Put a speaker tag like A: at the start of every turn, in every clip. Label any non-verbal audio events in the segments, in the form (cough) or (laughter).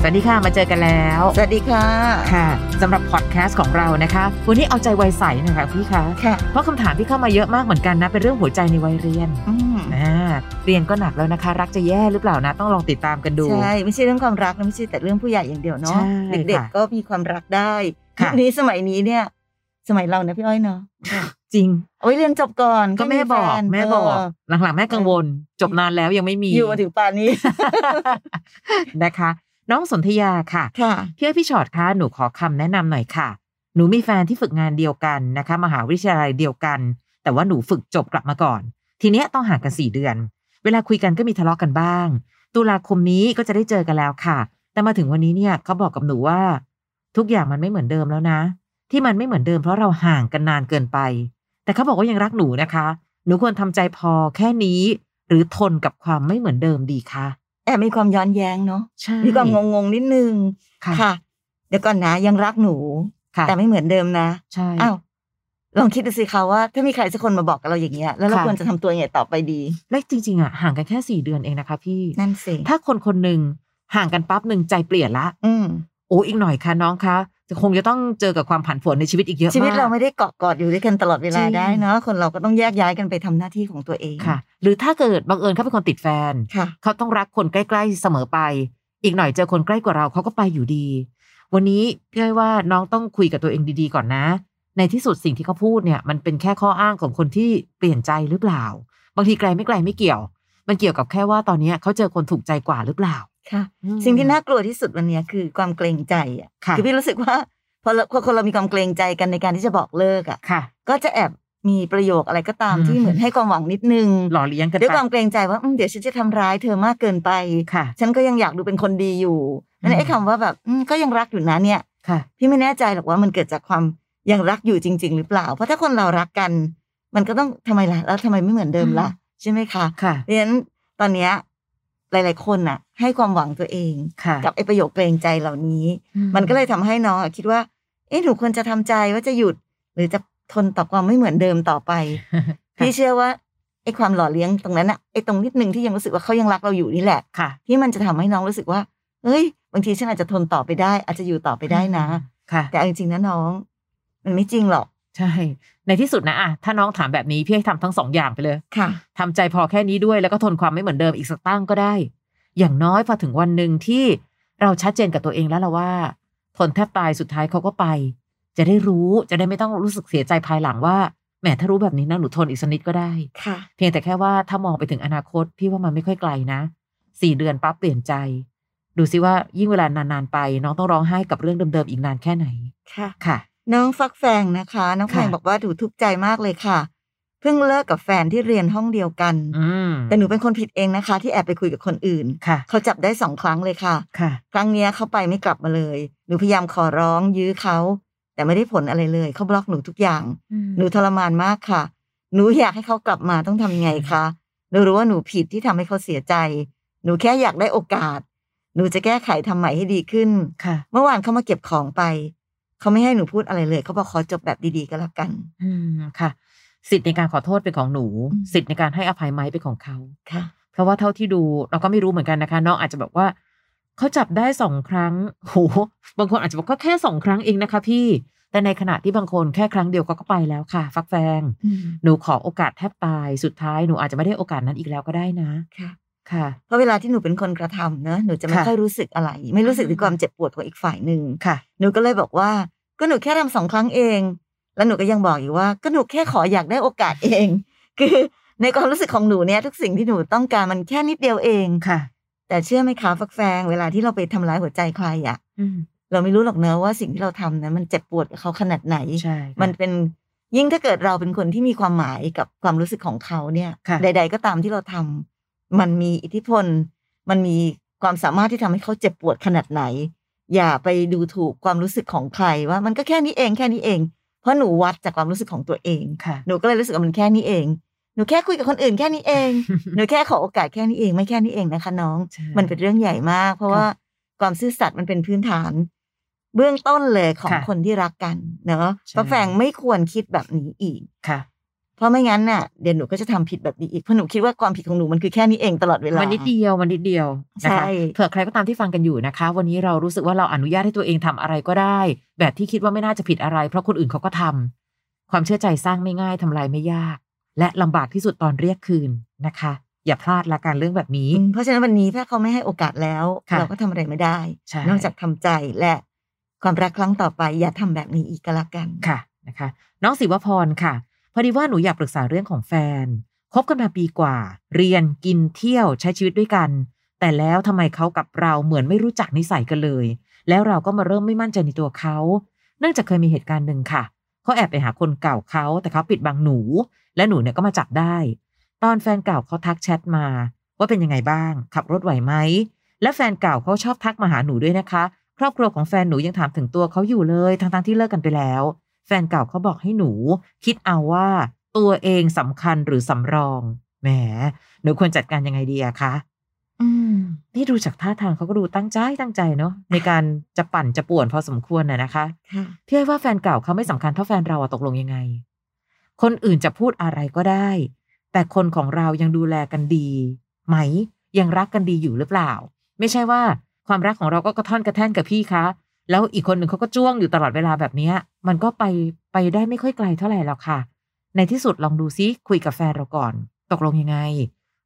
A: สวัสดีค่ะมาเจอกันแล้ว
B: สวัสดีค่ะ
A: ค่ะสำหรับพอดแคสต์ของเรานะคะ วันนี้เอาใจวัยใสหน่อยค่ะพี่คะ
B: ค่ะ
A: เพราะคำถามที่เข้ามาเยอะมากเหมือนกันนะ เป็นเรื่องหัวใจในวัยเรียน
B: อืม
A: อ่าเรียนก็หนักแล้วนะคะ รักจะแย่หรือเปล่านะ ต้องลองติดตามกันดู
B: ใช่ไม่ใช่เรื่องความรักนะไม่ใช่แต่เรื่องผู้ใหญ่อย่างเดียวเนาะ
A: ใช่ค่ะ
B: เด็กๆก็มีความรักได้
A: ค่ะ
B: ยุคนี้สมัยนี้เนี่ย สมัยเรานะพี่อ้อยเนาะ
A: จริง
B: เอาไว้เรียนจบก่อน
A: ก็แม่
B: ค่ย
A: บอก
B: ฟน
A: แม่บอก
B: เ
A: หลังๆ แม่กังวล จบนานแล้วยังไม่มี
B: อยู่มาถึงป่านนี้
A: นะคะ น้องสนธยาค่ะ
B: ค่ะ
A: พี่อ้อยพี่ชอตคะหนูขอคำแนะนำหน่อยค่ะ หนูมีแฟนที่ฝึกงานเดียวกันนะคะ มหาวิทยาลัยเดียวกัน แต่ว่าหนูฝึกจบกลับมาก่อน ทีเนี้ยต้องห่างกันสี่เดือน เวลาคุยกันก็มีทะเลาะกันบ้าง ตุลาคมนี้ก็จะได้เจอกันแล้วค่ะ แต่มาถึงวันนี้เนี่ยเขาบอกกับหนูว่า ทุกอย่างมันไม่เหมือนเดิมแล้วนะ ที่มันไม่เหมือนเดิมเพราะเราห่างกันนานเกินไป แต่เขาบอกว่ายังรักหนูนะคะ หนูควรทำใจพอแค่นี้ หรือทนกับความไม่เหมือนเดิมดีคะ
B: แอบมีความย้อนแย้งเนาะ
A: ใช่
B: มีความงงๆนิดนึง
A: ค่ะ
B: ค่ะ เดี๋ยวก่อนนะยังรักหนู
A: ค่ะ
B: แต่ไม่เหมือนเดิมนะ
A: ใช่
B: อ้าวลองคิดดูสิคะว่า ถ้ามีใครสักคนมาบอกกับเราอย่างเงี้ยแล้วเรา
A: ค่ะ
B: ควรจะทำตัวยังไงต่อไปดี
A: และจริงๆอะห่างกันแค่สี่เดือนเองนะคะพี่
B: นั่นสิ
A: ถ้าคนคนหนึ่งห่างกันปั๊บหนึ่งใจเปลี่ยนละ
B: อืม
A: โอ้อีกหน่อยค่ะน้องคะจะคงจะต้องเจอกับความผันผวนในชีวิตอีกเยอะมาก
B: ชีวิตเราไม่ได้เกาะกอดอยู่ด้วยกันตลอดเวลา
A: จริง
B: ได้เนาะคนเราก็ต้องแยกย้ายกันไปทำหน้าที่ของตัวเอง
A: ค่ะ หรือถ้าเกิดบังเอิญเขาเป็นคนติดแฟน
B: ค่ะ
A: เขาต้องรักคนใกล้ๆเสมอไป อีกหน่อยเจอคนใกล้กว่าเราเขาก็ไปอยู่ดี วันนี้พี่อ้อยว่าน้องต้องคุยกับตัวเองดีๆก่อนนะ ในที่สุดสิ่งที่เขาพูดเนี่ย มันเป็นแค่ข้ออ้างของคนที่เปลี่ยนใจหรือเปล่า บางทีไกลไม่ไกลไม่เกี่ยว มันเกี่ยวกับแค่ว่าตอนเนี้ยเขาเจอคนถูกใจกว่าหรือเปล่า
B: ค่ะ
A: อืม
B: สิ่งที่น่ากลัวที่สุดวันเนี้ยคือความเกรงใจอ่ะ
A: ค่ะ
B: คือพี่รู้สึกว่าพอเราพอคนเรามีความเกรงใจกันในการที่จะบอกเลิกอ่ะ
A: ค่ะ
B: ก็จะแอบมีประโยคอะไรก็ตาม
A: อืม
B: ที่เหมือนให้ความหวังนิดนึง
A: หล่อเลี้ยงกันไป
B: ด้วยความเกรงใจว่าอืมเดี๋ยวฉันจะทำร้ายเธอมากเกินไป
A: ค่ะ
B: ฉันก็ยังอยากดูเป็นคนดีอยู่นั่นไอ้
A: อืม
B: คำว่าแบบอืมก็ยังรักอยู่นะเนี่ย
A: ค่ะ
B: พี่ไม่แน่ใจหรอกว่ามันเกิดจากความยังรักอยู่จริง ๆ หรือเปล่า เพราะถ้าคนเรารักกัน มันก็ต้องทำไมล่ะแล้วทำไมไม่เหมือนเดิมล่ะ ใช่ไหมคะ
A: ค่ะ
B: เพราะฉะนั้นตอนเนี้ยหลาย ๆ คนน่ะ ให้ความหวังตัวเอง
A: ค่ะ
B: กับไอ้ประโยคเกรงใจเหล่านี้ มันก็เลยทำให้น้องอะคิดว่า เอ๊ะหนูควรจะทำใจว่าจะหยุด หรือจะทนต่อความไม่เหมือนเดิมต่อไป พี่เชื่อว่าไอ้ความหล่อเลี้ยงตรงนั้นอะไอ้ตรงนิดนึงที่ยังรู้สึกว่าเขายังรักเราอยู่นี่แหละ
A: ค่ะ
B: ที่มันจะทำให้น้องรู้สึกว่า เอ้ย บางทีฉันอาจจะทนต่อไปได้ อาจจะอยู่ต่อไปได้นะ
A: ค่ะ
B: แต่เอาจริงๆนะน้อง มันไม่จริงหรอก
A: ใช่ ในที่สุดนะอะถ้าน้องถามแบบนี้พี่ให้ทำทั้งสองอย่างไปเลย
B: ค่ะ
A: ทำใจพอแค่นี้ด้วยแล้วก็ทนความไม่เหมือนเดิมอีกสักตั้งก็ได้ อย่างน้อยพอถึงวันหนึ่งที่เราชัดเจนกับตัวเองแล้วละว่า ทนแทบตายสุดท้ายเขาก็ไป จะได้รู้จะได้ไม่ต้องรู้สึกเสียใจภายหลังว่าแหมถ้ารู้แบบนี้นะหนูทนอีกสักนิดก็ได้
B: ค่ะ
A: เพียงแต่แค่ว่าถ้ามองไปถึงอนาคต พี่ว่ามันไม่ค่อยไกลนะสี่เดือนปั๊บเปลี่ยนใจ ดูซิว่ายิ่งเวลานานๆไป น้องต้องร้องไห้กับเรื่องเดิมๆอีกนานแค่ไหน
B: ค่ะ
A: ค่ะ
B: น้องฟักแฟงนะคะ น้องแฟง
A: ค่ะ
B: บอกว่าดูทุกข์ใจมากเลยค่ะ เพิ่งเลิกกับแฟนที่เรียนห้องเดียวกัน
A: อืม
B: แต่หนูเป็นคนผิดเองนะคะ ที่แอบไปคุยกับคนอื่น
A: ค่ะ
B: เขาจับได้สองครั้งเลยค่ะ
A: ค่ะ
B: ครั้งเนี้ยเขาไปไม่กลับมาเลย หนูพยายามขอร้องยื้อเขา แต่ไม่ได้ผลอะไรเลย เขาบล็อกหนูทุกอย่าง หนูทรมานมากค่ะ หนูอยากให้เขากลับมาต้องทำยังไงคะหนูรู้ว่าหนูผิดที่ทำให้เขาเสียใจ หนูแค่อยากได้โอกาส หนูจะแก้ไขทำใหม่ให้ดีขึ้น
A: ค่ะ
B: เมื่อวานเขามาเก็บของไป เขาไม่ให้หนูพูดอะไรเลย เขาบอกขอจบแบบดีๆก็แล้วกัน
A: อืมค่ะ สิทธิ์ในการขอโทษเป็นของหนู
B: อืม
A: สิทธิ์ในการให้อภัยไหมเป็นของเขา
B: ค่ะ
A: เพราะว่าเท่าที่ดูเราก็ไม่รู้เหมือนกันนะคะ น้องอาจจะบอกว่า เขาจับได้สองครั้งโหบางคนอาจจะบอกก็แค่สองครั้งเองนะคะ พี่ แต่ในขณะที่บางคนแค่ครั้งเดียวก็ก็ไปแล้วค่ะ ฟักแฟง หนูขอโอกาสแทบตาย สุดท้ายหนูอาจจะไม่ได้โอกาสนั้นอีกแล้วก็ได้นะ
B: ค่ะ
A: ค่ะ
B: เพราะเวลาที่หนูเป็นคนกระทำเนอะหนูจะไม่
A: ค่ะ
B: ค่อยรู้สึกอะไร ไม่รู้สึกถึง
A: อืม
B: ความเจ็บปวดของอีกฝ่ายหนึ่ง
A: ค่ะ
B: หนูก็เลยบอกว่าก็หนูแค่ทำสองครั้งเอง แล้วหนูก็ยังบอกอีกว่า ก็หนูแค่ขออยากได้โอกาสเอง (laughs) คือในความรู้สึกของหนูเนี่ยทุกสิ่งที่หนูต้องการมันแค่นิดเดียวเอง
A: ค่ะ
B: แต่เชื่อไหมคะฟักแฟง เวลาที่เราไปทำร้ายหัวใจใครอะ
A: อืม
B: เราไม่รู้หรอกเนอะว่าสิ่งที่เราทำนั้นมันเจ็บปวดกับเขาขนาดไหน
A: ใช่ค่ะ
B: มันเป็นยิ่งถ้าเกิดเราเป็นคนที่มีความหมายกับความรู้สึกของเขาเนี่ย
A: ค่ะ
B: ใด ๆ ก็ตามที่เราทำมันมีอิทธิพล มันมีความสามารถที่ทำให้เขาเจ็บปวดขนาดไหน อย่าไปดูถูกความรู้สึกของใครว่ามันก็แค่นี้เองแค่นี้เอง เพราะหนูวัดจากความรู้สึกของตัวเอง
A: ค่ะ
B: หนูก็เลยรู้สึกว่ามันแค่นี้เอง หนูแค่คุยกับคนอื่นแค่นี้เอง
A: (laughs)
B: หนูแค่ขอโอกาสแค่นี้เองไม่แค่นี้เองนะคะน้อง
A: ใช่
B: มันเป็นเรื่องใหญ่มาก เพราะ
A: ค่ะ
B: ว่าความซื่อสัตย์มันเป็นพื้นฐาน เบื้องต้นเลยของ
A: ค่ะ
B: คนที่รักกันเนาะ
A: ใช่
B: ป้าแฝงไม่ควรคิดแบบนี้อีก
A: ค่ะ
B: เพราะไม่งั้นน่ะเดี๋ยวหนูก็จะทำผิดแบบนี้อีกเพราะหนูคิดว่าความผิดของหนูมันคือแค่นี้เองตลอดเวลา
A: วันนิดเดียววันนิดเดียวนะคะ
B: ใช่
A: เผื่อใครก็ตามที่ฟังกันอยู่นะคะ วันนี้เรารู้สึกว่าเราอนุญาตให้ตัวเองทำอะไรก็ได้ แบบที่คิดว่าไม่น่าจะผิดอะไร เพราะคนอื่นเขาก็ทำความเชื่อใจสร้างไม่ง่ายทำลายไม่ยาก และลำบากที่สุดตอนเรียกคืนนะคะ อย่าพลาดละกันเรื่องแบบนี้
B: อืมเพราะฉะนั้นวันนี้ถ้าเขาไม่ให้โอกาสแล้ว
A: ค่ะ
B: เราก็ทำอะไรไม่ได้
A: ใช่
B: นอกจากทำใจและความรักครั้งต่อไป อย่าทำแบบนี้อีกก็แล้วกัน
A: ค่ะนะคะ น้องศิวพรค่ะ พอดีว่าหนูอยากปรึกษาเรื่องของแฟนคบกันมาปีกว่า เรียนกินเที่ยวใช้ชีวิตด้วยกัน แต่แล้วทำไมเขากับเราเหมือนไม่รู้จักนิสัยกันเลย แล้วเราก็มาเริ่มไม่มั่นใจในตัวเขา เนื่องจากเคยมีเหตุการณ์หนึ่งค่ะเขาแอบไปหาคนเก่าเขาแต่เขาปิดบังหนู และหนูเนี่ยก็มาจับได้ ตอนแฟนเก่าเขาทักแชทมา ว่าเป็นยังไงบ้าง ขับรถไหวไหมและแฟนเก่าเขาชอบทักมาหาหนูด้วยนะคะ ครอบครัวของแฟนหนูยังถามถึงตัวเขาอยู่เลยทั้งๆที่เลิกกันไปแล้ว แฟนเก่าเขาบอกให้หนู คิดเอาว่าตัวเองสำคัญหรือสำรองแหมหนูควรจัดการยังไงดีอะคะ
B: อืม
A: นี่ดูจากท่าทางเขาก็ดูตั้งใจตั้งใจเนาะในการจะปั่นจะป่วนพอสมควรน่ะนะคะ
B: ค่ะ
A: พี่ให้ว่าแฟนเก่าเขาไม่สำคัญเท่าแฟนเราอะตกลงยังไง คนอื่นจะพูดอะไรก็ได้ แต่คนของเรายังดูแลกันดี ไหม ยังรักกันดีอยู่หรือเปล่า ไม่ใช่ว่าความรักของเราก็กระท่อนกระแท่นกับพี่คะ แล้วอีกคนหนึ่งเขาก็จ้วงอยู่ตลอดเวลาแบบเนี้ย มันก็ไปไปได้ไม่ค่อยไกลเท่าไหร่หรอกค่ะ ในที่สุดลองดูซิคุยกับแฟนเราก่อน ตกลงยังไง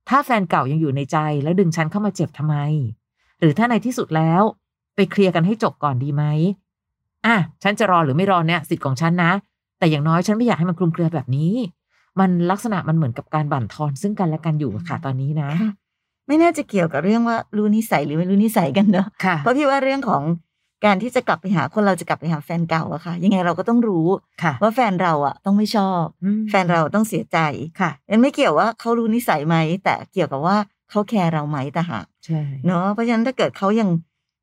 A: ถ้าแฟนเก่ายังอยู่ในใจแล้วดึงฉันเข้ามาเจ็บทำไม หรือถ้าในที่สุดแล้ว ไปเคลียร์กันให้จบก่อนดีไหม อ่ะ ฉันจะรอหรือไม่รอเนี่ยสิทธิ์ของฉันนะ แต่อย่างน้อยฉันไม่อยากให้มันคลุมเครือแบบนี้ มันลักษณะมันเหมือนกับการบั่นทอนซึ่งกันและกันอยู่อะค่ะตอนนี้นะ
B: ค่ะ ไม่น่าจะเกี่ยวกับเรื่องว่ารู้นิสัยหรือไม่รู้นิสัยกันเนอะ
A: ค่ะ
B: เพราะพี่ว่าเรื่องของการที่จะกลับไปหาคนเราจะกลับไปหาแฟนเก่าอะค่ะ ยังไงเราก็ต้องรู้
A: ค่ะ
B: ว่าแฟนเราอะต้องไม่ชอบ
A: อืม
B: แฟนเราต้องเสียใจ
A: ค่ะ
B: นั่นไม่เกี่ยวว่าเขารู้นิสัยไหมแต่เกี่ยวกับว่าเขาแคร์เราไหมต่างหาก
A: ใช่
B: เนาะเพราะฉะนั้นถ้าเกิดเขายัง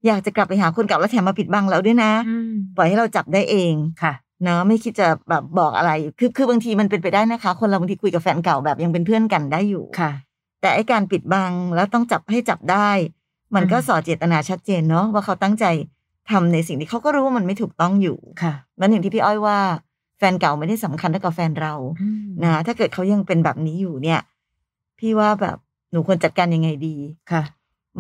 B: อยากจะกลับไปหาคนเก่าแล้วแถมมาปิดบังเราด้วยนะ
A: อืม
B: ปล่อยให้เราจับได้เอง
A: ค่ะ
B: เนาะไม่คิดจะแบบบอกอะไร คือคือบางทีมันเป็นไปได้นะคะ คนเราบางทีคุยกับแฟนเก่าแบบยังเป็นเพื่อนกันได้อยู่
A: ค่ะ
B: แต่ไอการปิดบังแล้วต้องจับให้จับได้ มันก็
A: อืม
B: สอเจตนาชัดเจนเนาะว่าเขาตั้งใจทำในสิ่งที่เขาก็รู้ว่ามันไม่ถูกต้องอยู่
A: ค่ะ
B: มันอย่างที่พี่อ้อยว่า แฟนเก่าไม่ได้สำคัญเท่ากับแฟนเรา
A: อืม
B: นะถ้าเกิดเขายังเป็นแบบนี้อยู่เนี่ย พี่ว่าแบบหนูควรจัดการยังไงดี
A: ค่ะ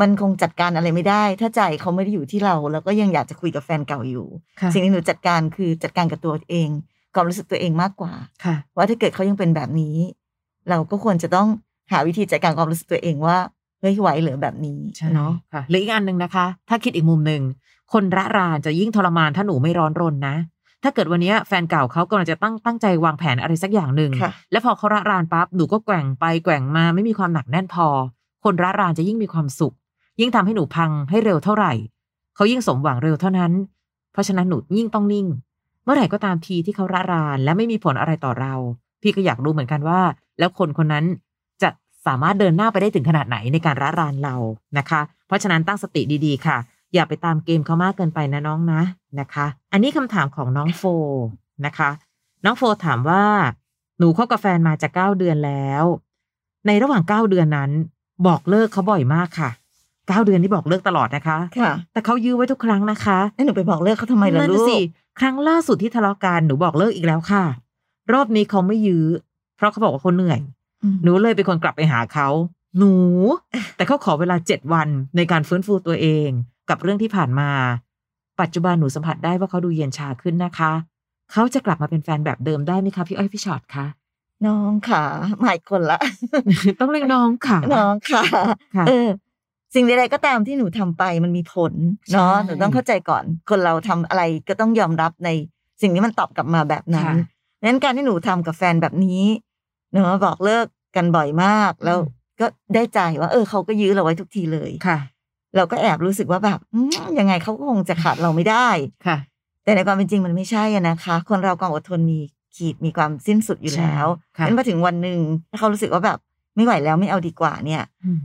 B: มันคงจัดการอะไรไม่ได้ ถ้าใจเขาไม่ได้อยู่ที่เรา แล้วก็ยังอยากจะคุยกับแฟนเก่าอยู่
A: ค่ะ
B: สิ่งที่หนูจัดการคือจัดการกับตัวเองความรู้สึกตัวเองมากกว่า
A: ค่ะ
B: ว่าถ้าเกิดเขายังเป็นแบบนี้ เราก็ควรจะต้องหาวิธีจัดการความรู้สึกตัวเองว่าเฮ้ยไหวเหรือแบบนี้
A: ใช่
B: เนาะ
A: ค่ะหรืออีกอันหนึ่งนะคะ ถ้าคิดอีกมุมหนึ่งคนระรานจะยิ่งทรมานถ้าหนูไม่ร้อนรนนะ ถ้าเกิดวันเนี้ยแฟนเก่าเขากำลังจะตั้งตั้งใจวางแผนอะไรสักอย่างหนึ่ง
B: ค่ะ
A: แล้วพอเขาระรานปั๊บหนูก็แกว่งไปแกว่งมาไม่มีความหนักแน่นพอ คนระรานจะยิ่งมีความสุข ยิ่งทำให้หนูพังให้เร็วเท่าไหร่ เขายิ่งสมหวังเร็วเท่านั้น เพราะฉะนั้นหนูยิ่งต้องนิ่ง เมื่อไหร่ก็ตามทีที่เขาระรานและไม่มีผลอะไรต่อเรา พี่ก็อยากรู้เหมือนกันว่า แล้วคนคนนั้นจะสามารถเดินหน้าไปได้ถึงขนาดไหนในการระรานเรานะคะ เพราะฉะนั้นตั้งสติดีๆค่ะ อย่าไปตามเกมเขามากเกินไปนะน้องนะนะคะ อันนี้คำถามของน้องโฟนะคะ น้องโฟถามว่า หนูคบกับแฟนมาจะเก้าเดือนแล้ว ในระหว่างเก้าเดือนนั้น บอกเลิกเขาบ่อยมากค่ะเก้าเดือนที่บอกเลิกตลอดนะคะ
B: ค่ะ
A: แต่เขายื้อไว้ทุกครั้งนะคะ
B: แล้วหนูไปบอกเลิกเขาทำไมล่ะ
A: นั่น
B: ลู
A: น่ะ
B: ก
A: สิครั้งล่าสุดที่ทะเลาะกันหนูบอกเลิกอีกแล้วค่ะ รอบนี้เขาไม่ยื้อ เพราะเขาบอกว่าเขาเหนื่อย
B: อืม
A: หนูเลยเป็นคนกลับไปหาเขา หนู แต่เขาขอเวลาเจ็ดวันในการฟื้นฟูตัวเอง กับเรื่องที่ผ่านมา ปัจจุบันหนูสัมผัสได้ว่าเขาดูเย็นชาขึ้นนะคะ เขาจะกลับมาเป็นแฟนแบบเดิมได้ไหมคะพี่อ้อยพี่ชอตคะ
B: น้องค่ะหมายคนละ
A: (laughs) ต้องเรียกน้องค่ะ
B: น้องค่ะ
A: ค่ะ
B: เออ สิ่งใดๆก็ตามที่หนูทำไปมันมีผลเนาะ
A: ใช่
B: หนูต้องเข้าใจก่อน คนเราทำอะไรก็ต้องยอมรับในสิ่งที่มันตอบกลับมาแบบนั้น
A: ค่ะ
B: ดังนั้นการที่หนูทำกับแฟนแบบนี้เนาะบอกเลิกกันบ่อยมาก แล้ว
A: อืม
B: ก็ได้ใจว่าเออเขาก็ยื้อเราไว้ทุกทีเลย
A: ค่ะ
B: เราก็แอบรู้สึกว่าแบบอืมยังไงเขาก็คงจะขาดเราไม่ได้
A: ค่ะ
B: แต่ในความเป็นจริงมันไม่ใช่อะนะคะ คนเราความอดทนมีขีดมีความสิ้นสุดอยู่
A: ใช่
B: แล้ว
A: ค่ะ
B: นั้นพอถึงวันหนึ่งถ้าเขารู้สึกว่าแบบไม่ไหวแล้วไม่เอาดีกว่าเนี่ย
A: อืม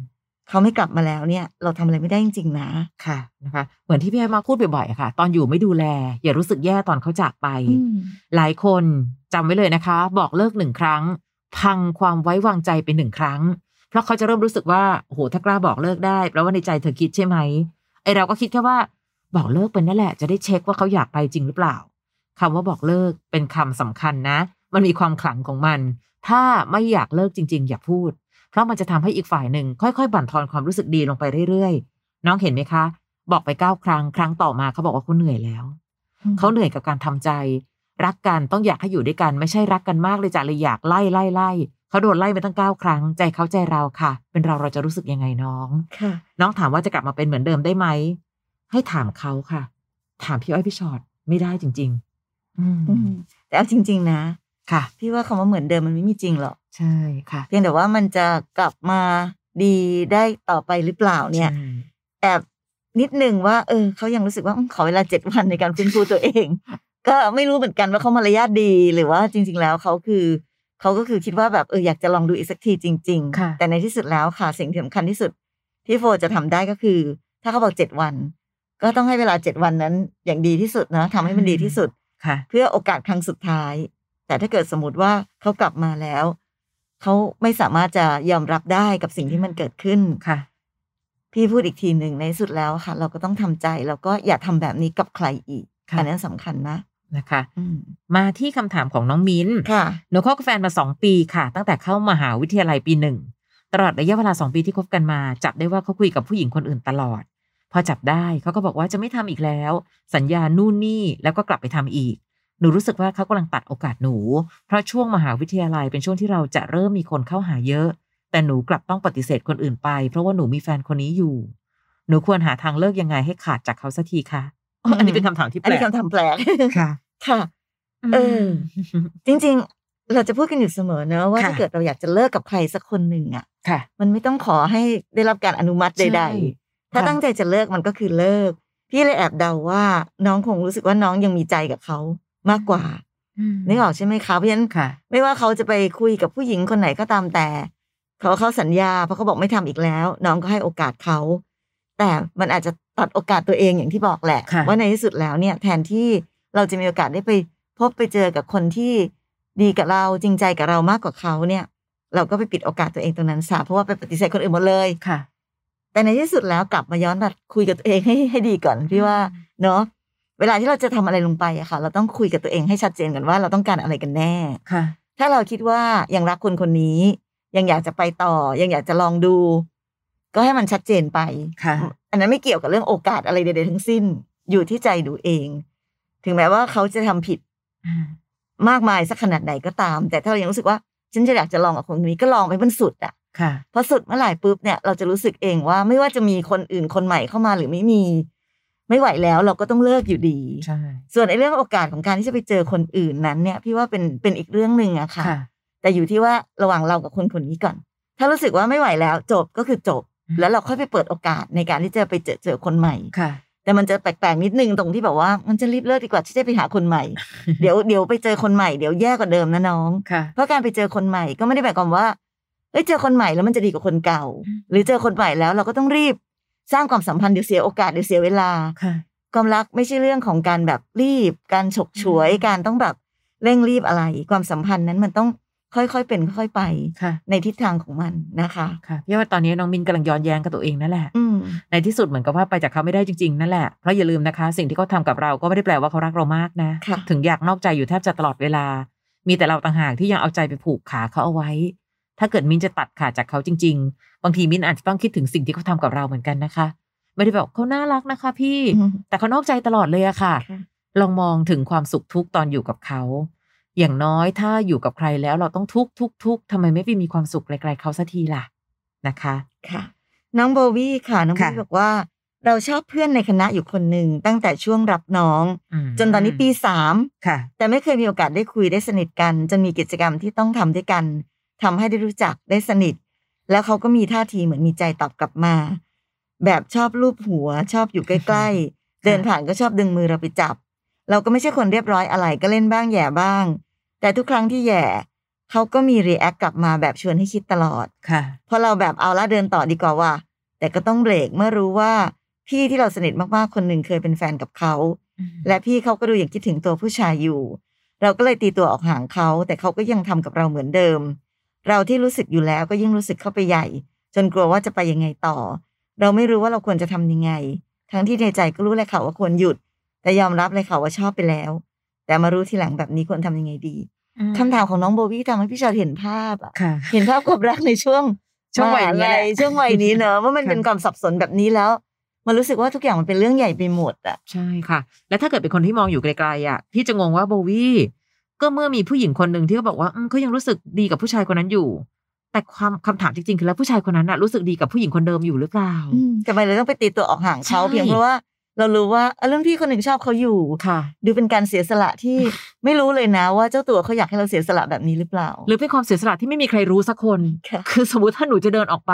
B: เขาไม่กลับมาแล้วเนี่ย เราทำอะไรไม่ได้จริงๆนะ
A: ค่ะนะคะเหมือนที่พี่ให้มาพูดบ่อยๆอะค่ะ ตอนอยู่ไม่ดูแล อย่ารู้สึกแย่ตอนเขาจากไป หลายคนจำไว้เลยนะคะ บอกเลิกหนึ่งครั้ง พังความไว้วางใจไปหนึ่งครั้ง เพราะเขาจะเริ่มรู้สึกว่าโอ้โหถ้ากล้าบอกเลิกได้แปลว่าในใจเธอคิดใช่ไหมไอเราก็คิดแค่ว่าบอกเลิกเป็นนั่นแหละจะได้เช็คว่าเขาอยากไปจริงหรือเปล่าคำว่าบอกเลิกเป็นคำสำคัญนะ มันมีความขลังของมัน ถ้าไม่อยากเลิกจริง ๆ อย่าพูด เพราะมันจะทำให้อีกฝ่ายหนึ่งค่อยๆ บั่นทอนความรู้สึกดีลงไปเรื่อยๆ น้องเห็นไหมคะ บอกไปเก้าครั้ง ครั้งต่อมาเขาบอกว่าเขาเหนื่อยแล้ว เขาเหนื่อยกับการทำใจ รักกันต้องอยากให้อยู่ด้วยกัน ไม่ใช่รักกันมากเลยจ้ะเลยอยากไล่ไล่ไล่เขาโดนไล่ไปตั้งเก้าครั้ง ใจเขาใจเราค่ะ เป็นเราเราจะรู้สึกยังไงน้อง
B: ค่ะ
A: น้องถามว่าจะกลับมาเป็นเหมือนเดิมได้ไหม ให้ถามเขาค่ะ ถามพี่อ้อยพี่ชอ็อตไม่ได้จริง ๆ อืม
B: อืมแต่เอาจริง ๆ นะ
A: ค่ะ
B: พี่ว่าคำว่าเหมือนเดิมมันไม่มีจริงหรอก
A: ใช่ค่ะ
B: เพียงแต่ว่ามันจะกลับมาดีได้ต่อไปหรือเปล่าเนี่ย
A: ใช่
B: แอบนิดนึงว่า เออเขายังรู้สึกว่าอืมขอเวลาเจ็ดวันในการฟื้นฟูตัวเอง (laughs) ก็ไม่รู้เหมือนกันว่าเขามารยาทดีหรือว่าจริง ๆ แล้วเขาคือเขาก็คือคิดว่าแบบเอออยากจะลองดูอีกสักทีจริง
A: ค่ะ
B: ๆ แต่ในที่สุดแล้วค่ะสิ่งที่สำคัญที่สุดที่โฟจะทำได้ก็คือ ถ้าเขาบอกเจ็ดวัน ก็ต้องให้เวลาเจ็ดวันนั้น อย่างดีที่สุดนะทำให้มันดีที่สุด
A: ค่ะ
B: เพื่อโอกาสครั้งสุดท้าย แต่ถ้าเกิดสมมติว่าเขากลับมาแล้ว เขาไม่สามารถจะยอมรับได้กับสิ่งที่มันเกิดขึ้น
A: ค่ะ
B: พี่พูดอีกทีหนึ่งในที่สุดแล้วค่ะ เราก็ต้องทำใจแล้วก็อย่าทำแบบนี้กับใครอีก
A: ค่ะ
B: อันนั้นสำคัญนะ
A: นะคะ
B: อืม
A: มาที่คำถามของน้องมิ้น
B: ค่ะ
A: หนูคบกับแฟนมาสองปีค่ะ ตั้งแต่เข้ามหาวิทยาลัยปีหนึ่งตลอดระยะเวลาสองปีที่คบกันมา จับได้ว่าเขาคุยกับผู้หญิงคนอื่นตลอด พอจับได้เขาก็บอกว่าจะไม่ทำอีกแล้ว สัญญานู่นนี่แล้วก็กลับไปทำอีก หนูรู้สึกว่าเขากำลังตัดโอกาสหนู เพราะช่วงมหาวิทยาลัยเป็นช่วงที่เราจะเริ่มมีคนเข้าหาเยอะ แต่หนูกลับต้องปฏิเสธคนอื่นไป เพราะว่าหนูมีแฟนคนนี้อยู่ หนูควรหาทางเลิกยังไงให้ขาดจากเขาสักทีคะ
B: อืม
A: อันนี้เป็นคำถามที่แป
B: อัน
A: ล
B: นี้
A: ก
B: คำถามแปลก (laughs)
A: ค่ะ
B: ค่ะ เออ จริงๆ เราจะพูดกันอยู่เสมอเนอะว่า
A: ค่ะ
B: ถ้าเกิดเราอยากจะเลิกกับใครสักคนหนึ่งอ่ะ
A: ค่ะ
B: มันไม่ต้องขอให้ได้รับการอนุมัติใด ๆ ถ้า
A: ค่ะ
B: ตั้งใจจะเลิกมันก็คือเลิก พี่เลยแอบเดาว่าน้องคงรู้สึกว่าน้องยังมีใจกับเขามากกว่านึกออกใช่ไหมคะเพราะฉะนั้น
A: ค่ะ
B: ไม่ว่าเขาจะไปคุยกับผู้หญิงคนไหนก็ตามแต่เขาเขาสัญญาเพราะเขาบอกไม่ทำอีกแล้ว น้องก็ให้โอกาสเขา แต่มันอาจจะตัดโอกาสตัวเองอย่างที่บอกแหละ
A: ค่ะ
B: ว่าในที่สุดแล้วเนี่ยแทนที่เราจะมีโอกาสได้ไปพบไปเจอกับคนที่ดีกับเราจริงใจกับเรามากกว่าเขาเนี่ย เราก็ไปปิดโอกาสตัวเองตรงนั้นซะเพราะว่าไปปฏิเสธคนอื่นหมดเลย
A: ค่ะ
B: แต่ในที่สุดแล้วกลับมาย้อนมาคุยกับตัวเองให้ให้ดีก่อนพี่ว่าเนาะเวลาที่เราจะทำอะไรลงไปอะค่ะ เราต้องคุยกับตัวเองให้ชัดเจนก่อนว่าเราต้องการอะไรกันแน่
A: ค่ะ
B: ถ้าเราคิดว่ายังรักคนคนนี้ ยังอยากจะไปต่อ ยังอยากจะลองดู ก็ให้มันชัดเจนไป
A: ค่ะ
B: อันนั้นไม่เกี่ยวกับเรื่องโอกาสอะไรใดๆทั้งสิ้น อยู่ที่ใจดูเอง ถึงแม้ว่าเขาจะทำผิดมากมายสักขนาดไหนก็ตาม แต่ถ้าเรายังรู้สึกว่า ฉันจะอยากจะลองกับคนคนนี้ก็ลองไปมันสุดอะ
A: ค่ะ
B: พอสุดเมื่อไหร่ปุ๊บเนี่ยเราจะรู้สึกเองว่าไม่ว่าจะมีคนอื่นคนใหม่เข้ามาหรือไม่มี ไม่ไหวแล้วเราก็ต้องเลิกอยู่ดี
A: ใช่
B: ส่วนไอ้เรื่องโอกาสของการที่จะไปเจอคนอื่นนั้นเนี่ย พี่ว่าเป็นเป็นอีกเรื่องหนึ่งอะค่ะ แต่อยู่ที่ว่าระหว่างเรากับคนคนนี้ก่อน ถ้ารู้สึกว่าไม่ไหวแล้วจบก็คือจบ แล้วเราค่อยไปเปิดโอกาสในการที่จะไปเจอเจอคนใหม่
A: ค่ะ
B: แต่มันจะแปลกๆนิดนึงตรงที่แบบว่ามันจะรีบเลิกดีกว่าที่จะไปหา
A: (laughs)
B: คนใหม่ เดี๋ยวเดี๋ยวไปเจอคนใหม่เดี๋ยวแย่กว่าเดิมนะน้อง
A: ค่ะ
B: เพราะการไปเจอคนใหม่ก็ไม่ได้หมายความว่าเอ้ยเจอคนใหม่แล้วมันจะดีกว่าคนเก่า
A: อืม
B: หรือเจอคนใหม่แล้วเราก็ต้องรีบ สร้างความสัมพันธ์เดี๋ยวเสียโอกาสเดี๋ยวเสียเวลา
A: ค่ะ
B: ความรักไม่ใช่เรื่องของการแบบรีบ การฉกฉวย
A: อืม
B: การต้องแบบเร่งรีบอะไร ความสัมพันธ์นั้นมันต้องค่อยๆเป็นค่อยๆไป
A: ค่ะ
B: ในทิศทางของมันนะคะ
A: ค่ะพี่ว่าตอนนี้น้องมินกำลังย้อนแย้งกับตัวเองนั่นแหละ
B: อืม
A: ในที่สุดเหมือนกับว่าไปจากเขาไม่ได้จริงๆนั่นแหละ เพราะอย่าลืมนะคะ สิ่งที่เขาทำกับเราก็ไม่ได้แปลว่าเขารักเรามากนะ
B: ค่ะ
A: ถึงอยากนอกใจอยู่แทบจะตลอดเวลา มีแต่เราต่างหากที่ยังเอาใจไปผูกขาเขาเอาไว้ ถ้าเกิดมินจะตัดขาดจากเขาจริง ๆ บางทีมินอาจจะต้องคิดถึงสิ่งที่เขาทำกับเราเหมือนกันนะคะ ไม่ได้แบบเขาน่ารักนะคะ พี่
B: อืม
A: แต่เขานอกใจตลอดเลยอะค่ะ
B: ค่ะ
A: ลองมองถึงความสุขทุกข์ตอนอยู่กับเขา อย่างน้อยถ้าอยู่กับใครแล้วเราต้องทุกข์ทุกข์ทุกข์ทำไมไม่ไปมีความสุขไกลๆเขาสักทีล่ะนะคะ
B: ค่ะ น้องโบวี่ค่ะ น้องโบวี่
A: ค่ะ
B: บอกว่า เราชอบเพื่อนในคณะอยู่คนหนึ่งตั้งแต่ช่วงรับน้อง
A: ม
B: จนตอนนี้ปีสาม
A: ค่ะ
B: แต่ไม่เคยมีโอกาสได้คุยได้สนิทกัน จนมีกิจกรรมที่ต้องทำด้วยกันทำให้ได้รู้จักได้สนิท แล้วเขาก็มีท่าทีเหมือนมีใจตอบกลับมา แบบชอบรูปหัว ชอบอยู่ใกล้ๆ เดินผ่านก็ชอบดึงมือเราไปจับ เราก็ไม่ใช่คนเรียบร้อยอะไรก็เล่นบ้างแหย่บ้าง แต่ทุกครั้งที่แหย่เขาก็มีรีแอคกลับมาแบบชวนให้คิดตลอด
A: ค่ะ
B: พอเราแบบเอาละเดินต่อดีกว่าว่ะแต่ก็ต้องเบรกเมื่อรู้ว่า พี่ที่เราสนิทมากๆคนหนึ่งเคยเป็นแฟนกับเขา และพี่เขาก็ดูอย่างคิดถึงตัวผู้ชายอยู่ เราก็เลยตีตัวออกห่างเขา แต่เขาก็ยังทำกับเราเหมือนเดิม เราที่รู้สึกอยู่แล้วก็ยิ่งรู้สึกเข้าไปใหญ่ จนกลัวว่าจะไปยังไงต่อ เราไม่รู้ว่าเราควรจะทำยังไง ทั้งที่ในใจก็รู้เลยค่ะว่าควรหยุด แต่ยอมรับเลยค่ะว่าชอบไปแล้ว แต่มารู้ทีหลังแบบนี้ควรทำยังไงดีคำถามของน้องโบวี่ทำให้พี่ชอดเห็นภาพอะ
A: ค่ะ
B: เห็นภาพความรักในช่วง
A: ช่วงวัยนี้แหละ
B: มหาลัช่วงวัยนี้เนอะว่ามันเป็นความสับสนแบบนี้แล้ว มันรู้สึกว่าทุกอย่างมันเป็นเรื่องใหญ่ไปหมดอะ
A: ใช่ค่ะ และถ้าเกิดเป็นคนที่มองอยู่ไกลๆอ่ะพี่จะงงว่าโบวี่ก็เมื่อมีผู้หญิงคนหนึ่งที่เขาบอกว่าอืมเขายังรู้สึกดีกับผู้ชายคนนั้นอยู่ แต่ความคำถามจริงๆคือแล้วผู้ชายคนนั้นน่ะรู้สึกดีกับผู้หญิงคนเดิมอยู่หรือเปล่า
B: ทำไมเราต้องไปตีตัวออกห่างเขา
A: ใช่
B: เพียงเพราะว่าเรารู้ว่าเอ้ยรุ่นพี่คนหนึ่งชอบเขาอยู่
A: ค่ะ
B: ดูเป็นการเสียสละที่ ไม่รู้เลยนะว่าเจ้าตัวเขาอยากให้เราเสียสละแบบนี้หรือเปล่า
A: หรือเป็นความเสียสละที่ไม่มีใครรู้สักคน
B: ค่ะ
A: คือสมมติถ้าหนูจะเดินออกไป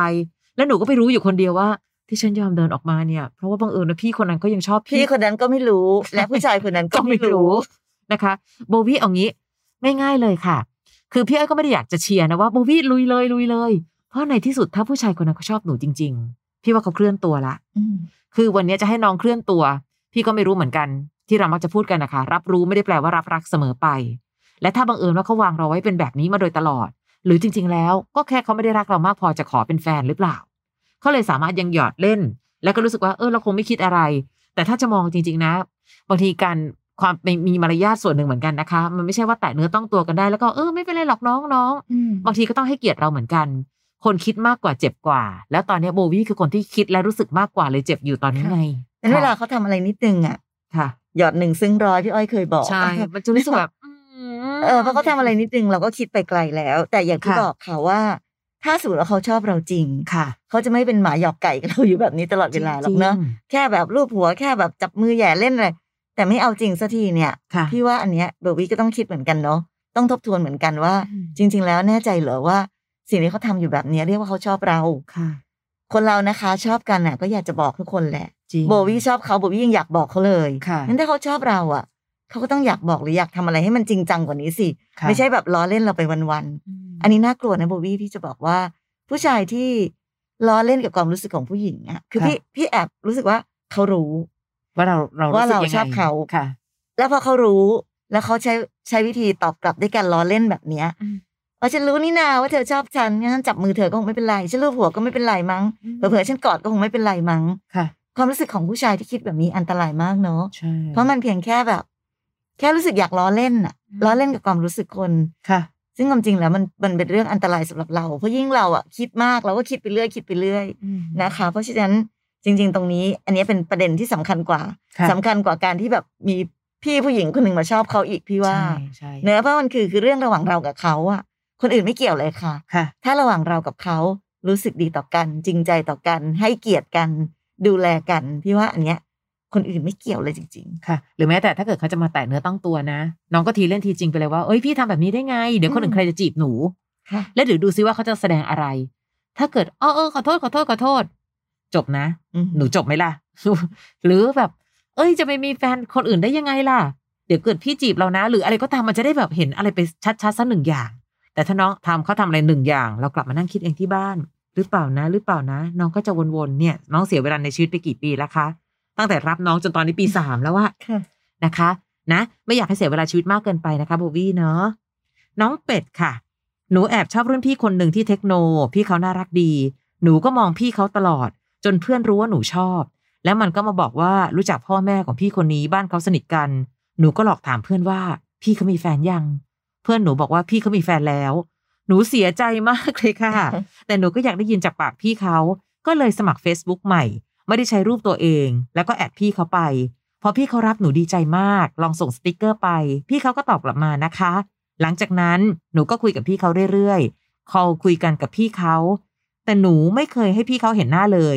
A: แล้วหนูก็ไปรู้อยู่คนเดียวว่า ที่ฉันยอมเดินออกมาเนี่ย เพราะว่าบังเอิญนะพี่คนนั้นก็ยังชอบ
B: พี่ (laughs)
A: พี่
B: คนนั้นก็ไม่รู้ และผู้ชายคนนั้นก็
A: ก็
B: ไม่
A: ไม่
B: รู้
A: รู้ (laughs) นะคะโบวี่เอางี้ง่ายๆเลยค่ะ คือพี่อ้อยก็ไม่ได้อยากจะเชียร์นะว่าโบวี่ลุยเลยลุยเลย เพราะในที่สุดถ้าผู้ชายคนนั้นเขาชอบหนูจริง ๆ พี่ว่าเขาเคลื่อนตัวละ คือวันนี้จะให้น้องเคลื่อนตัว พี่ก็ไม่รู้เหมือนกัน ที่เรามักจะพูดกันนะคะ รับรู้ไม่ได้แปลว่ารับรักเสมอไป และถ้าบังเอิญว่าเขาวางเราไว้เป็นแบบนี้มาโดยตลอด หรือจริง ๆ แล้วก็แค่เขาไม่ได้รักเรามากพอจะขอเป็นแฟนหรือเปล่าเขาเลยสามารถยังหยอดเล่น แล้วก็รู้สึกว่าเออเราคงไม่คิดอะไร แต่ถ้าจะมองจริง ๆ นะ บางทีการความเป็นมีมารยาทส่วนหนึ่งเหมือนกันนะคะ มันไม่ใช่ว่าแตะเนื้อต้องตัวกันได้แล้วก็เออไม่เป็นไรหรอกน้องน้อง บางทีก็ต้องให้เกียรติเราเหมือนกัน คนคิดมากกว่าเจ็บกว่า แล้วตอนเนี้ยโบวี่คือคนที่คิดและรู้สึกมากกว่าเลยเจ็บอยู่ตอนนี้
B: ค่ะ
A: ไง
B: งั้นเวลาเขาทำอะไรนิดนึงอ่ะ
A: ค่ะ
B: หยอดหนึ่งซึ่งร้อยพี่อ้อยเคยบอก
A: ใช่ มันจะรู้สึกแบบ
B: เออเพราะเขาทำอะไรนิดนึงเราก็คิดไปไกลแล้ว แต่อย่างที่บอกค่ะว่า ถ้าสมมติว่าเขาชอบเราจริง
A: ค่ะ
B: เขาจะไม่เป็นหมาหยอกไก่กับเราอยู่แบบนี้ตลอดเวลาหรอกเนอะ
A: จง
B: แค่แบบรูปหัวแค่แบบจับมือแหย่เล่นอะไรแต่ไม่เอาจริงสักทีเนี่ย
A: ๆค่ะ
B: พี่ว่าอันเนี้ยเบอร์วีก็ต้องคิดเหมือนกันเนาะต้องทบทวนเหมือนกันว่า
A: อืม
B: จริง ๆ แล้วแน่ใจเหรอว่า สิ่งที่เขาทำอยู่แบบเนี้ยเรียกว่าเขาชอบเรา
A: ค่ะ
B: คนเรานะคะ ชอบกันน่ะก็อยากจะบอกทุกคนแหละ
A: จริง
B: โบวี่ชอบเขาโบวี่ยังอยากบอกเขาเลย
A: ค่ะ
B: งั้นถ้าเขาชอบเราอ่ะเขาก็ต้องอยากบอกหรืออยากทำอะไรให้มันจริงจังกว่านี้สิ
A: ค่ะ
B: ไม่ใช่แบบล้อเล่นเราไปวันๆอันนี้น่ากลัวนะโบวี่พี่จะบอกว่า ผู้ชายที่ล้อเล่นกับความรู้สึกของผู้หญิงอ่ะคือพี่พี่แอบรู้สึกว่าเขารู้
A: ว่าเราเรา
B: ว่าเรา
A: สึกยังไง
B: ชอบเขา
A: ค่ะ
B: แล้วพอเขารู้แล้วเขาใช้ใช้วิธีตอบกลับด้วยการล้อเล่นแบบเนี้ย
A: อืม
B: เออฉันรู้นี่นาว่าเธอชอบฉันงั้นฉันจับมือเธอก็คงไม่เป็นไรฉันลูบหัวก็ไม่เป็นไรมั้งเผลอๆฉันกอดก็คงไม่เป็นไรมั้ง
A: ค่ะ
B: ความรู้สึกของผู้ชายที่คิดแบบนี้อันตรายมากเนาะ
A: ใช่
B: เพราะมันเพียงแค่แบบ แค่รู้สึกอยากล้อเล่นอะล้อเล่นกับความรู้สึกคน
A: ค่ะ
B: ซึ่งความจริงแล้วมันมันเป็นเรื่องอันตรายสำหรับเรา เพราะยิ่งเราอะคิดมากเราก็คิดไปเรื่อยคิดไปเรื่อยนะคะ เพราะฉะนั้นจริง ๆ ตรงนี้ อันนี้เป็นประเด็นที่สำคัญกว่า
A: ค่ะ
B: สำคัญกว่าการที่แบบมีพี่ผู้หญิงคนหนึ่งมาชอบเขาอีกพี่ว่า
A: ใช่ใช่
B: เนื้อะเพราะมันคือคือเรื่องระหว่างเรากับเขาอะคนอื่นไม่เกี่ยวเลยค่ะ
A: ค่ะ
B: ถ้าระหว่างเรากับเขารู้สึกดีต่อกัน จริงใจต่อกัน ให้เกียรติกัน ดูแลกันพี่ว่าอันเนี้ย คนอื่นไม่เกี่ยวเลยจริง
A: ค่ะหรือแม้แต่ถ้าเกิดเขาจะมาแตะเนื้อต้องตัวนะ น้องก็ทีเล่นทีจริงไปเลยว่าเอ้ยพี่ทำแบบนี้ได้ไง เดี๋ยวคนอื่
B: อื
A: น
B: ม
A: ใครจะจีบหนู
B: ๆ ค่ะ
A: แล้วเดี๋ยวดูซิว่าเขาจะแสดงอะไร ถ้าเกิดเออเออขอโทษขอโทษขอโทษ จบนะ หนูจบไหมล่ะ (laughs) หรือแบบ เอ้ยจะไปมีแฟนคนอื่นได้ยังไงล่ะ เดี๋ยวเกิดพี่จีบเรานะ หรืออะไรก็ตามมันจะได้แบบเห็นอะไรไปชัดๆสักหนึ่งอย่าง แต่ถ้าน้องทำเขาทำอะไรหนึ่งอย่าง เรากลับมานั่งคิดเองที่บ้าน หรือเปล่านะ หรือเปล่านะ น้องก็จะวนๆเนี่ย น้องเสียเวลาในชีวิตไปกี่ปีแล้วคะตั้งแต่รับน้องจนตอนนี้ปีสามแล้วอะ
B: ค่ะ
A: นะคะนะไม่อยากให้เสียเวลาชีวิตมากเกินไปนะคะโบวี่เนาะน้องเป็ดค่ะ หนูแอบชอบรุ่นพี่คนหนึ่งที่เทคโน พี่เขาน่ารักดี หนูก็มองพี่เขาตลอด จนเพื่อนรู้ว่าหนูชอบ แล้วมันก็มาบอกว่ารู้จักพ่อแม่ของพี่คนนี้บ้านเขาสนิทกัน หนูก็หลอกถามเพื่อนว่า พี่เขามีแฟนยัง เพื่อนหนูบอกว่าพี่เขามีแฟนแล้ว หนูเสียใจมากเลยค่ะ แต่หนูก็อยากได้ยินจากปากพี่เขา ก็เลยสมัคร Facebook ใหม่ ไม่ได้ใช้รูปตัวเอง แล้วก็แอดพี่เขาไป พอพี่เขารับหนูดีใจมาก ลองส่งสติกเกอร์ไป พี่เขาก็ตอบกลับมานะคะ หลังจากนั้นหนูก็คุยกับพี่เขาเรื่อยๆ คอลคุยกันกับพี่เขา แต่หนูไม่เคยให้พี่เขาเห็นหน้าเลย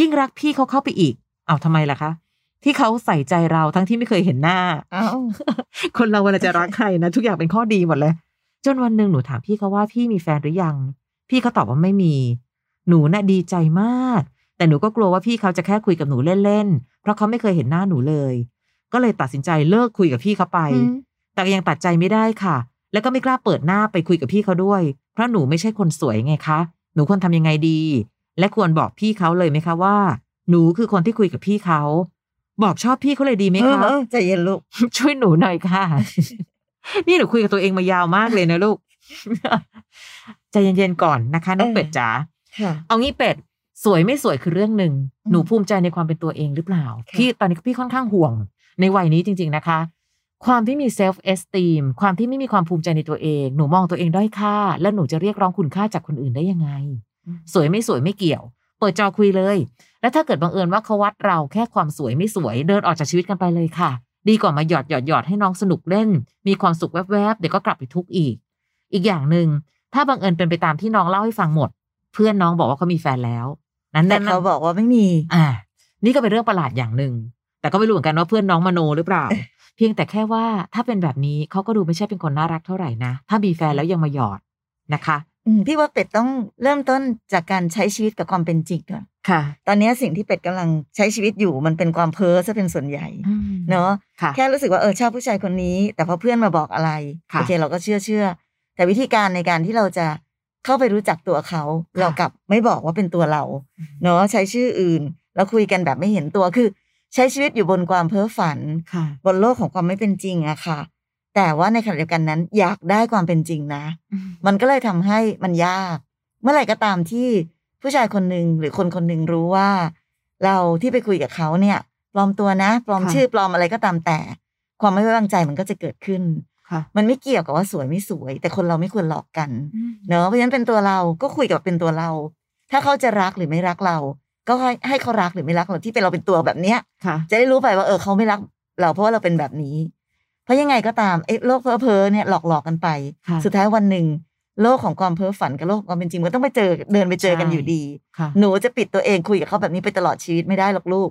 A: ยิ่งรักพี่เขาเข้าไปอีก เอาทำไมล่ะคะ ที่เขาใส่ใจเราทั้งที่ไม่เคยเห็นหน้า
B: เอ้า
A: คนเราเวลาจะรักใครนะ ทุกอย่างเป็นข้อดีหมดเลย จนวันหนึ่งหนูถามพี่เขาว่าพี่มีแฟนหรือยัง พี่เขาตอบว่าไม่มี หนูน่ะดีใจมาก แต่หนูก็กลัวว่าพี่เขาจะแค่คุยกับหนูเล่นๆเพราะเขาไม่เคยเห็นหน้าหนูเลย ก็เลยตัดสินใจเลิกคุยกับพี่เขาไป แต่ยังตัดใจไม่ได้ค่ะ แล้วก็ไม่กล้าเปิดหน้าไปคุยกับพี่เขาด้วย เพราะหนูไม่ใช่คนสวยไงคะ หนูควรทำยังไงดี และควรบอกพี่เขาเลยไหมคะว่า หนูคือคนที่คุยกับพี่เขา บอกชอบพี่เขาเลยดีไหม
B: เออ
A: คะ
B: เออใจเย็นลูก
A: (laughs) ช่วย
B: (laughs)
A: หนูหน่อยค่ะ นี่หนูคุยกับตัวเองมายาวมากเลยนะลูก (laughs) ใจเย็นๆก่อนนะคะน้อง
B: เออ
A: เป็ดจ๋า
B: ค่ะ
A: เอางี้เป็ดสวยไม่สวยคือเรื่องหนึ่ง
B: อืม
A: หนูภูมิใจในความเป็นตัวเองหรือเปล่า
B: ค่ะ
A: พี่ตอนนี้พี่ค่อนข้างห่วงในวัยนี้จริง ๆนะคะ ความที่มีเซลฟ์เอสติมความที่ไม่มีความภูมิใจในตัวเอง หนูมองตัวเองด้อยค่า แล้วหนูจะเรียกร้องคุณค่าจากคนอื่นได้ยังไง สวยไม่สวยไม่เกี่ยว เปิดจอคุยเลย แล้วถ้าเกิดบังเอิญว่าเขาวัดเราแค่ความสวยไม่สวยเดินออกจากชีวิตกันไปเลยค่ะ ดีกว่ามาหยอดหยอดหยอดให้น้องสนุกเล่น มีความสุขแวบๆเดี๋ยวก็กลับไปทุกข์อีก อีกอย่างหนึ่งถ้าบังเอิญเป็นไปตามที่น้องเล่าให้ฟังหมด เพื่อนน้องบอกว่าเขามีแฟนแล้ว นั้น
B: แต่
A: นั่น
B: เขาบอกว่าไม่มี
A: อ่า นี่ก็เป็นเรื่องประหลาดอย่างหนึ่งแต่ก็ไม่รู้เหมือนกันว่าเพื่อนน้องมโนหรือเปล่า เพียงแต่แค่ว่าถ้าเป็นแบบนี้เขาก็ดูไม่ใช่เป็นคนน่ารักเท่าไหร่นะถ้ามีแฟนแล้วยังมาหยอดนะคะ
B: อืมพี่ว่าเป็ดต้องเริ่มต้นจากการใช้ชีวิตกับความเป็นจริงก่อน
A: ค่ะ
B: ตอนนี้สิ่งที่เป็ดกำลังใช้ชีวิตอยู่มันเป็นความเพ้อซะเป็นส่วนใหญ่เนาะ
A: ค่ะ
B: แค่รู้สึกว่าเออชอบผู้ชายคนนี้ แต่พอเพื่อนมาบอกอะไร
A: ค่ะ
B: โอเคเราก็เชื่อเชื่อ แต่วิธีการในการที่เราจะเข้าไปรู้จักตัวเขา เรากลับไม่บอกว่าเป็นตัวเราเนาะใช้ชื่ออื่น แล้วคุยกันแบบไม่เห็นตัวคือ ใช้ชีวิตอยู่บนความเพ้อฝัน
A: ค่ะ
B: บนโลกของความไม่เป็นจริงอะค่ะ แต่ว่าในขณะเดียวกันนั้นอยากได้ความเป็นจริงนะ มันก็เลยทำให้มันยาก เมื่อไหร่ก็ตามที่ผู้ชายคนหนึ่งหรือคนคนหนึ่งรู้ว่า เราที่ไปคุยกับเขาเนี่ยปลอมตัวนะ ปลอม
A: ค่ะ
B: ชื่อปลอมอะไรก็ตามแต่ ความไม่ไว้วางใจมันก็จะเกิดขึ้น
A: ค่ะ
B: มันไม่เกี่ยวกับว่าสวยไม่สวย แต่คนเราไม่ควรหลอกกันเนอะเพราะฉะนั้นเป็นตัวเราก็คุยกับเป็นตัวเรา ถ้าเขาจะรักหรือไม่รักเรา ก็ให้ให้เขารักหรือไม่รักเราที่เป็นเราเป็นตัวแบบเนี้ย
A: ค่ะ
B: จะได้รู้ไปว่าเออเขาไม่รักเราเพราะว่าเราเป็นแบบนี้ เพราะยังไงก็ตามเอ๊ะโลกเพ้อเพ้อเนี่ยหลอกหลอกๆกันไป
A: ค่ะ
B: สุดท้ายวันหนึ่ง โลกของความเพ้อฝันกับโลกของความเป็นจริงมันต้องไปเจอเดินไปเจอกันอยู่ดี
A: ค่ะ
B: หนูจะปิดตัวเองคุยกับเขาแบบนี้ไปตลอดชีวิตไม่ได้หรอกลูก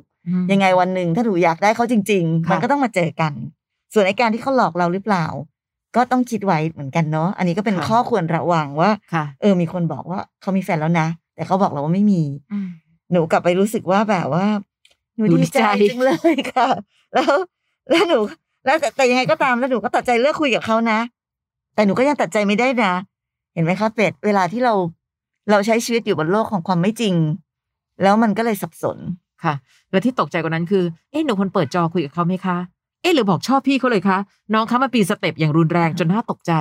B: ยังไงวันหนึ่งถ้าหนูอยากได้เขาจริง ๆ
A: ค่ะ
B: มันก็ต้องมาเจอกัน ส่วนไอการที่เขาหลอกเราหรือเปล่า ก็ต้องคิดไว้เหมือนกันเนาะอันนี้ก็เป็นข้อควรระวังว่า
A: ค่ะ
B: เออมีคนบอกว่าเขามีแฟนแล้วนะ แต่เขาบอกเราว่าไม่มี หนูกลับไปรู้สึกว่าแบบว่า หนู
A: หนูดี
B: ดีใจ
A: ใจ
B: จังเลยค่ะ (laughs) แล้วแล้วหนู แล้วแต่แต่ยังไงก็ตามแล้วหนูก็ตัดใจเลิกคุยกับเขานะ แต่หนูก็ยังตัดใจไม่ได้นะ เห็นไหมคะเป็ดเวลาที่เราเราใช้ชีวิตอยู่บนโลกของความไม่จริง แล้วมันก็เลยสับสน
A: ค่ะแล้วที่ตกใจกว่านั้นคือ เอ๊ะหนูคนเปิดจอคุยกับเขาไหมคะ เอ๊ะหรือบอกชอบพี่เขาเลยคะ น้องคะมาปีนสเต็ปอย่างรุนแรงจนน่าตกใจ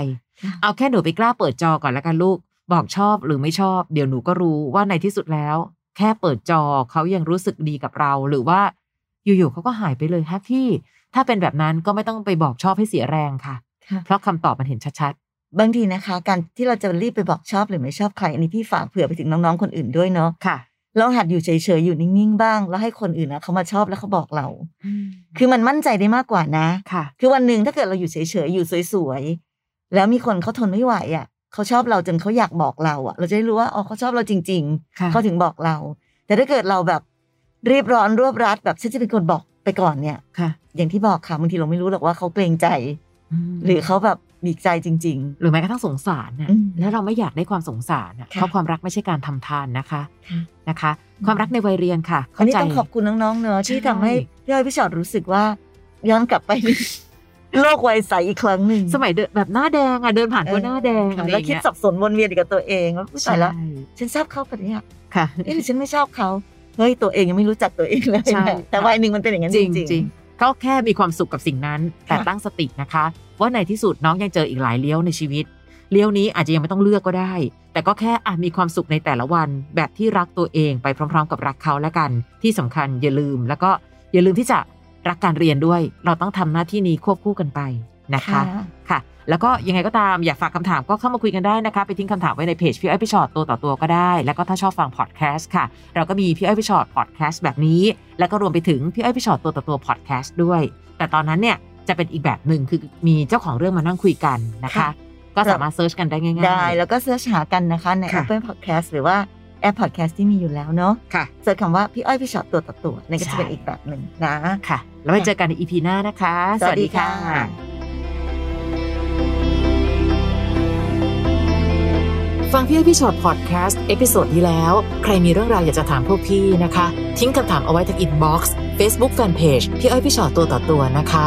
B: ค่ะ
A: เอาแค่หนูไปกล้าเปิดจอก่อนละกันลูก บอกชอบหรือไม่ชอบ เดี๋ยวหนูก็รู้ว่าในที่สุดแล้ว แค่เปิดจอเขายังรู้สึกดีกับเรา หรือว่าอยู่ๆเขาก็หายไปเลยฮะพี่ ถ้าเป็นแบบนั้นก็ไม่ต้องไปบอกชอบให้เสียแรงค่ะ เพราะคำตอบมันเห็นชัด
B: บางทีนะคะ การที่เราจะรีบไปบอกชอบหรือไม่ชอบใครอันนี้พี่ฝากเผื่อไปถึงน้องๆคนอื่นด้วยเนาะ
A: ๆ ค่ะ
B: ลองหัดอยู่เฉยๆอยู่นิ่งๆบ้าง แล้วให้คนอื่นนะเขามาชอบแล้วเขาบอกเรา คือมันมั่นใจได้มากกว่านะ
A: ค่ะ
B: คือวันหนึ่งถ้าเกิดเราอยู่เฉยๆ อยู่สวยๆ แล้วมีคนเขาทนไม่ไหวอ่ะเขาชอบเราจนเขาอยากบอกเราอ่ะ เราจะได้รู้ว่าอ๋อเขาชอบเราจริง
A: ค่ะ
B: ๆ เขาถึงบอกเรา แต่ถ้าเกิดเราแบบรีบร้อนรวบรัดแบบฉันจะเป็นคนบอกไปก่อนเนี่ย
A: ค่ะ
B: อย่างที่บอกค่ะบางทีเราไม่รู้หรอกว่าเขาเกรงใจ หรือเขาแบบบีบใจจริง
A: หรือแม้กระทั่งสงสารนะ
B: อืม
A: แล้วเราไม่อยากได้ความสงสารนะ
B: ค่ะ
A: เพราะความรักไม่ใช่การทำทานนะคะ
B: ค่ะ
A: นะคะ ความรักในวัยเรียนค่ะ
B: ๆอั
A: เข้าน
B: นี้
A: ใจ
B: ต้องขอบคุณน้องๆ เนอะที่
A: ใช่
B: ทำให้พี่อ้อยพี่ชอดรู้สึกว่า ย้อนกลับไป (laughs) โลกวัยใสอีกครั้งหนึ่ง
A: สมัยเดินแบบหน้าแดงอ่ะเดินผ่าน
B: เอ
A: ก็
B: อ
A: หน้าแดง
B: ค่ะ
A: อะไรอ
B: แล้ว
A: ย่าง
B: คิด
A: เงี้ย
B: สับสนวนเวียนอยู่กับตัวเองว่าผู้ชายแล้ว
A: ใช่
B: ฉันชอบเขาแบบนี้
A: ค่ะ
B: เอ๊ะหรือฉันไม่ชอบเขา เฮ้ย ตัวเองยังไม่รู้จักตัวเองเลย
A: ใช่
B: นะแต่วัยหนึ่งมันเป็นอย่างนั้นจ
A: จริง
B: ริง
A: จริงก็แค่มีความสุขกับสิ่งนั้น แต่
B: ค่ะ
A: ตั้งสตินะคะ ว่าในที่สุดน้องยังเจออีกหลายเลี้ยวในชีวิต เลี้ยวนี้อาจจะยังไม่ต้องเลือกก็ได้ แต่ก็แค่อ่ะมีความสุขในแต่ละวันแบบที่รักตัวเองไปพร้อม ๆ กับรักเขาและกัน ที่สำคัญอย่าลืม แล้วก็อย่าลืมที่จะรักการเรียนด้วย เราต้องทำหน้าที่นี้ควบคู่กันไปนะ
B: ค่ะ
A: คะ ค่ะ แล้วก็ยังไงก็ตามอยากฝากคำถามก็เข้ามาคุยกันได้นะคะ ไปทิ้งคำถามไว้ในเพจพี่อ้อยพี่ชอตตัวต่อตัวก็ได้ แล้วก็ถ้าชอบฟังพอดแคสต์ค่ะ เราก็มีพี่อ้อยพี่ชอตพอดแคสต์แบบนี้ แล้วก็รวมไปถึงพี่อ้อยพี่ชอตตัวต่อตัวพอดแคสต์ด้วย แต่ตอนนั้นเนี่ยจะเป็นอีกแบบหนึ่งคือมีเจ้าของเรื่องมานั่งคุยกันนะคะ
B: ค่ะ
A: ก็สามารถเซิร์ชกันได้ง่ายๆ
B: ได้ แล้วก็เสิร์ชหากันนะคะ ใน
A: ค่ะ
B: Apple Podcast หรือว่าแอป Podcast ที่มีอยู่แล้วเนาะ
A: ค่ะ
B: เสิร์ชคำว่าพี่อ้อยพี่ชอตตัวต่อตัวนั่นก็
A: ใช่
B: จะเป็นอีกแบบหนึ่งนะ
A: ค่ะ แล้วไปเจอกันในอีพีหน้านะคะ
B: สวัสดีค่ะ
A: ฟังพี่อ้อยพี่ชอตพอดแคสต์เอพิโซดนี้แล้ว ใครมีเรื่องราวอยากจะถามพวกพี่นะคะ ทิ้งคำถามเอาไว้ทางอินบ็อกซ์เฟซบุ๊กแฟนเพจพี่อ้อยพี่ชอตตัวต่อตัวนะคะ